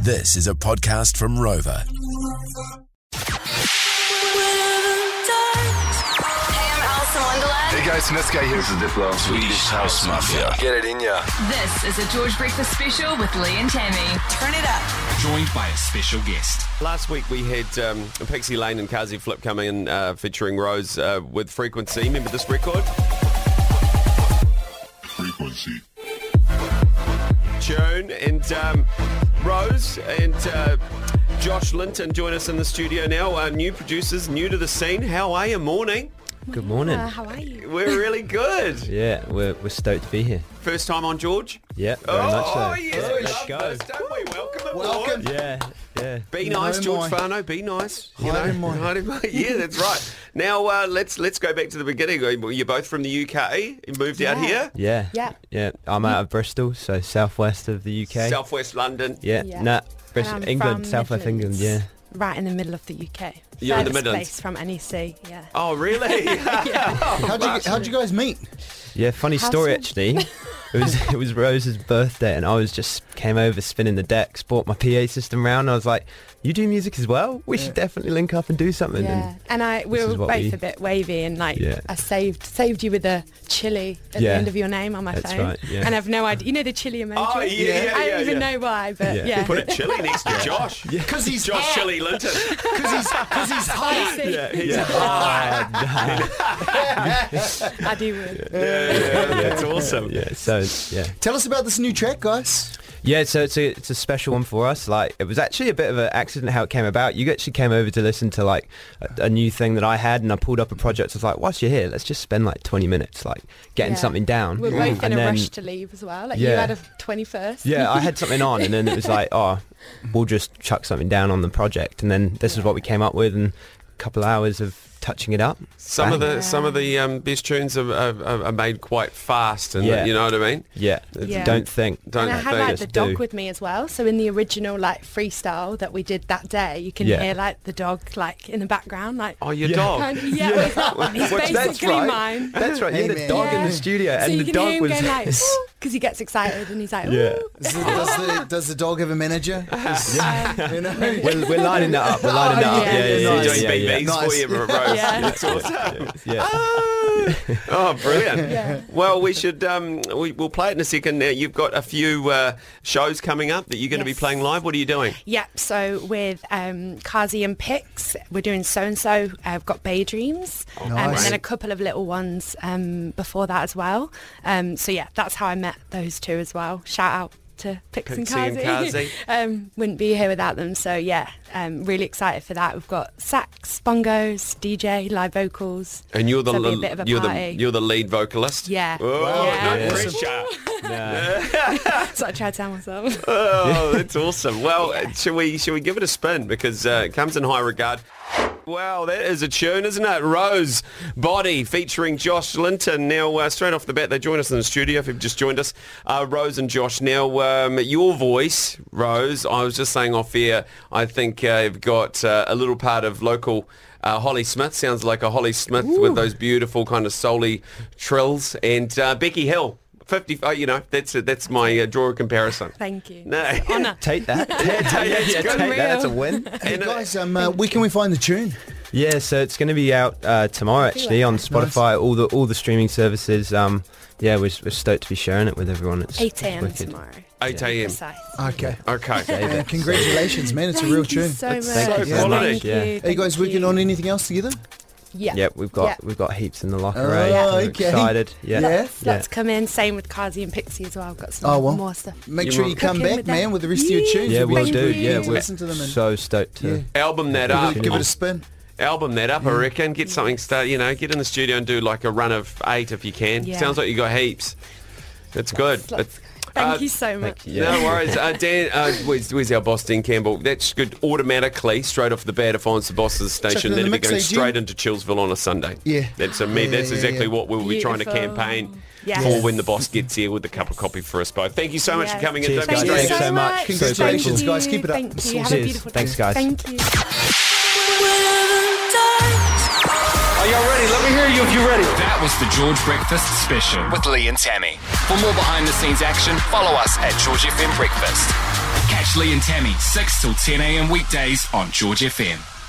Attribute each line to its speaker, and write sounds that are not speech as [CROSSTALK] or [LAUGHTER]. Speaker 1: This is a podcast from Rover.
Speaker 2: Hey, I'm Alice in Wonderland.
Speaker 3: Hey guys, Niske here. This is Diplo. Swedish House Mafia. Get it in ya.
Speaker 4: This is a George Breakfast special with Lee and Tammy.
Speaker 2: Turn it up.
Speaker 5: joined by a special guest.
Speaker 6: Last week we had um, Pixie Lane and Kazi Flip coming in uh, featuring Rose uh, with Frequency. Remember this record?
Speaker 7: frequency.
Speaker 6: June and um, Rose and uh, Josh Linton join us in the studio now. Our new producers, new to the scene. How are you? Morning.
Speaker 8: Good morning.
Speaker 9: Uh,
Speaker 2: how are you?
Speaker 6: We're really
Speaker 8: [LAUGHS]
Speaker 6: good.
Speaker 8: yeah, we're, we're stoked to be here.
Speaker 6: First time on George.
Speaker 8: Yeah, very much so.
Speaker 6: Oh yes, we
Speaker 8: Let's
Speaker 6: love
Speaker 8: go.
Speaker 6: this, don't we? Welcome aboard.
Speaker 9: Welcome.
Speaker 8: Yeah, yeah.
Speaker 6: Be nice, George Farno. Be nice. You know, [LAUGHS] Hide in my- Yeah, that's right. Now uh, let's let's go back to the beginning. You're both from the UK. You moved out
Speaker 2: Yeah.
Speaker 6: here,
Speaker 8: Yeah.
Speaker 2: Yeah.
Speaker 8: Yeah. I'm out of Bristol, so southwest of the UK.
Speaker 6: Southwest London.
Speaker 8: yeah.
Speaker 9: Yeah.
Speaker 8: Nah.
Speaker 9: And
Speaker 8: Bristol,
Speaker 9: I'm
Speaker 8: England,
Speaker 9: from
Speaker 8: southwest England.
Speaker 9: Midlands,
Speaker 8: Yeah.
Speaker 9: Right in the middle of the UK.
Speaker 6: You're in the Midlands.
Speaker 9: Furthest place from NEC, yeah.
Speaker 6: Oh,
Speaker 8: [LAUGHS]
Speaker 6: really? [LAUGHS]
Speaker 9: How'd you, how'd you guys meet?
Speaker 8: Yeah. Funny
Speaker 9: How
Speaker 8: story
Speaker 9: so? [LAUGHS]
Speaker 8: actually. it was it was Rose's birthday, and I was just came over spinning the decks, brought my PA system round. And I was like, "You do music as well? We should definitely link up and do something."
Speaker 9: Yeah.
Speaker 8: And
Speaker 9: And I we
Speaker 8: this is
Speaker 9: were
Speaker 8: what
Speaker 9: both
Speaker 8: we-
Speaker 9: a bit wavy and like
Speaker 8: Yeah.
Speaker 9: I saved saved you with a chili at
Speaker 8: Yeah.
Speaker 9: the end of your name on my
Speaker 8: That's
Speaker 9: phone.
Speaker 8: right, yeah.
Speaker 9: And I've no idea you know the chili emoji?
Speaker 6: Oh, yeah, yeah,
Speaker 9: I
Speaker 6: yeah,
Speaker 9: don't even
Speaker 6: yeah.
Speaker 9: know why, but
Speaker 8: Yeah.
Speaker 9: yeah.
Speaker 6: Put a chili next to Josh.
Speaker 9: Because he's
Speaker 6: Josh Chili Linton.
Speaker 9: Because he's, he's hot.
Speaker 8: [LAUGHS] yeah. Yeah. Ah,
Speaker 9: [LAUGHS] I do would.
Speaker 6: That's awesome.
Speaker 8: yeah. So yeah.
Speaker 10: Tell us about this new track, guys.
Speaker 8: Yeah, so it's a, it's a special one for us. Like, it was actually a bit of an accident how it came about. You actually came over to listen to like a, a new thing that I had, and I pulled up a project. I was like, whilst you're here, let's just spend like 20 minutes like getting
Speaker 9: Yeah.
Speaker 8: something down. Mm.
Speaker 9: We're both in
Speaker 8: And
Speaker 9: a
Speaker 8: then-
Speaker 9: rush to leave as well. Like you
Speaker 8: Yeah.
Speaker 9: had a twenty first.
Speaker 8: yeah, I
Speaker 9: [LAUGHS]
Speaker 8: had something on, and then it was like, oh, we'll just chuck something down on the project, and then this is what we came up with, and a couple hours of touching it up.
Speaker 6: Some of
Speaker 8: Bang.
Speaker 6: the some of the um, best tunes are, are, are are made quite fast, and
Speaker 8: Yeah.
Speaker 6: you know what I mean.
Speaker 8: yeah,
Speaker 9: Yeah.
Speaker 8: don't think,
Speaker 6: Don't
Speaker 9: and I had
Speaker 6: they
Speaker 9: like
Speaker 8: just
Speaker 9: the dog
Speaker 8: do.
Speaker 9: with me as well. So in the original like freestyle that we did that day, you can
Speaker 8: Yeah.
Speaker 9: hear like the dog like in the background,
Speaker 8: [LAUGHS]
Speaker 9: like
Speaker 6: Oh, your dog.
Speaker 9: kind of- yeah, well, he's
Speaker 6: What's- that's
Speaker 9: basically
Speaker 8: right.
Speaker 9: mine.
Speaker 8: That's right. Yeah, the
Speaker 10: Amen.
Speaker 8: dog in the
Speaker 9: Yeah.
Speaker 8: studio,
Speaker 9: so
Speaker 8: and
Speaker 9: you
Speaker 8: the
Speaker 9: can
Speaker 8: dog
Speaker 9: hear him
Speaker 8: was
Speaker 6: [LAUGHS]
Speaker 9: going like because he gets excited and he's
Speaker 8: [LAUGHS]
Speaker 9: like Ooh.
Speaker 8: yeah.
Speaker 10: Is it- does, the, does the dog have a
Speaker 8: [LAUGHS]
Speaker 10: manager? You know?
Speaker 8: We're, we're lining that up. We're lining that up.
Speaker 9: yeah,
Speaker 8: Yeah, yeah,
Speaker 6: You're
Speaker 10: nice.
Speaker 6: doing
Speaker 8: yeah, yeah, Ah. yeah,
Speaker 6: BBs
Speaker 8: [LAUGHS] yeah.
Speaker 10: Nice.
Speaker 6: for you, Rose.
Speaker 9: Yeah.
Speaker 6: That's awesome.
Speaker 8: Yeah.
Speaker 6: [LAUGHS] Oh, brilliant. Well, we should um, we, we'll play it in a second. Now you've got a few uh, shows coming up that you're going to be
Speaker 9: Yes.
Speaker 6: playing live. What are you doing?
Speaker 9: Yep. So with um, Kazi and Pix, we're doing so and so. I've got Bay Dreams, um, and
Speaker 10: Nice.
Speaker 9: then a couple of little ones um, before that as well. Um, so yeah, that's how I met those two as well. Shout out to Pix and
Speaker 6: Pixie and
Speaker 9: Kazi. [LAUGHS]
Speaker 6: Kazi.
Speaker 9: um, wouldn't be here without them. So yeah, um, really excited for that. We've got sax, bongos, DJ, live vocals.
Speaker 6: And you're the
Speaker 9: So it'll be
Speaker 6: l-
Speaker 9: a bit of a
Speaker 6: you're
Speaker 9: party.
Speaker 6: the you're the lead vocalist.
Speaker 9: Yeah.
Speaker 6: Oh,
Speaker 9: Yeah.
Speaker 6: no
Speaker 9: Yeah.
Speaker 6: pressure.
Speaker 9: [LAUGHS] That's what I try to tell myself. [LAUGHS]
Speaker 6: Oh, that's awesome. Well, uh should we should we give it a spin because uh, it comes in high regard. Wow, that is a tune, isn't it? Rose Body featuring Josh Linton. Now, uh, straight off the bat, they join us in the studio. If you've just joined us, uh, Rose and Josh. Now, um, your voice, Rose. I was just saying off air. I think uh, you've got uh, a little part of local. Uh, Holly Smith sounds like a Holly Smith with those beautiful kind of soul-y trills, and uh, Becky Hill, fifty. Oh, you know that's that's my uh, draw a comparison. [LAUGHS]
Speaker 9: Thank you.
Speaker 6: No.
Speaker 9: It's an honour.
Speaker 8: Take that. yeah, take,
Speaker 6: it's
Speaker 8: yeah,
Speaker 6: good.
Speaker 8: take that. That's a
Speaker 9: Unreal.
Speaker 8: win.
Speaker 10: Hey, guys, um, uh, where can we find the tune?
Speaker 8: Yeah, so it's going to be out uh, tomorrow actually on Spotify, all the all the streaming services. Um, yeah, we're, we're stoked to be sharing it with everyone. It's,
Speaker 9: 8
Speaker 8: it's
Speaker 9: a.m.
Speaker 8: wicked.
Speaker 9: tomorrow.
Speaker 6: 8 a.m.
Speaker 9: Precise.
Speaker 10: Okay.
Speaker 6: Okay.
Speaker 10: Uh, congratulations, man. It's a
Speaker 9: Thank
Speaker 10: real
Speaker 9: you
Speaker 10: tune.
Speaker 9: so much.
Speaker 10: It's-
Speaker 8: Thank
Speaker 10: you
Speaker 9: Thank
Speaker 10: so
Speaker 6: much.
Speaker 9: you.
Speaker 8: Yeah.
Speaker 10: Are
Speaker 8: Are
Speaker 10: you guys
Speaker 9: Thank
Speaker 10: working
Speaker 9: you.
Speaker 10: on anything else together?
Speaker 9: Yeah.
Speaker 8: Yep, we've got
Speaker 9: Yeah.
Speaker 8: we've got heaps in the locker.
Speaker 10: Oh,
Speaker 8: eh? We're
Speaker 10: okay.
Speaker 8: Excited. Yeah.
Speaker 10: Yeah.
Speaker 9: Lots, lots come in. Same with Kazi and Pixie as well. I've got some
Speaker 10: Oh, well.
Speaker 9: more stuff.
Speaker 10: Make sure you come
Speaker 9: Cooking
Speaker 10: back,
Speaker 9: with them.
Speaker 10: man, with the rest of your tunes.
Speaker 8: Yeah,
Speaker 10: We'll be
Speaker 8: we'll
Speaker 9: Thank
Speaker 8: do.
Speaker 10: keen
Speaker 9: you.
Speaker 8: Yeah,
Speaker 10: to
Speaker 8: we're
Speaker 10: listen to them and
Speaker 8: so stoked to.
Speaker 10: Yeah.
Speaker 6: Album that
Speaker 10: give,
Speaker 6: up.
Speaker 10: it, give it a Mm-hmm. spin.
Speaker 6: Album that up, I reckon. Get something started. You know, get in the studio and do like a run of eight if you can.
Speaker 9: Yeah.
Speaker 6: Sounds like you got heaps. It's good. It's- uh,
Speaker 9: Thank you so much.
Speaker 6: No worries. Uh, Dan, uh, where's, where's our boss, Dan Campbell? That's good automatically, straight off the bat, if I was the boss of the
Speaker 10: Chucking
Speaker 6: station,
Speaker 10: in
Speaker 6: that'd
Speaker 10: the
Speaker 6: be
Speaker 10: mix,
Speaker 6: going
Speaker 10: eh, Jim?
Speaker 6: straight into Chillsville on a Sunday.
Speaker 10: Yeah.
Speaker 6: That's, a me,
Speaker 10: Yeah,
Speaker 6: that's
Speaker 10: yeah,
Speaker 6: exactly
Speaker 10: yeah.
Speaker 6: what we'll be trying to
Speaker 9: Beautiful.
Speaker 6: campaign
Speaker 9: Yes.
Speaker 6: for when the boss gets here with a cup of coffee for us both. Thank you so much for
Speaker 9: Yes.
Speaker 6: coming in.
Speaker 8: Cheers,
Speaker 6: Don't be
Speaker 8: guys.
Speaker 9: Thank you
Speaker 6: strange.
Speaker 8: Thanks
Speaker 9: so
Speaker 8: so much.
Speaker 9: much.
Speaker 8: Congratulations,
Speaker 9: Thank you.
Speaker 10: guys. Keep it up.
Speaker 9: Thank you. Have a
Speaker 8: Cheers.
Speaker 9: beautiful
Speaker 8: Thanks,
Speaker 9: day.
Speaker 8: guys.
Speaker 9: Thank you.
Speaker 6: Are y'all ready? Let me hear you if you're ready.
Speaker 5: That was the George Breakfast Special.
Speaker 3: With Lee and Tammy. For more behind the scenes action, follow us at George FM Breakfast.
Speaker 5: Catch Lee and Tammy 6 till 10 a.m. weekdays on George FM.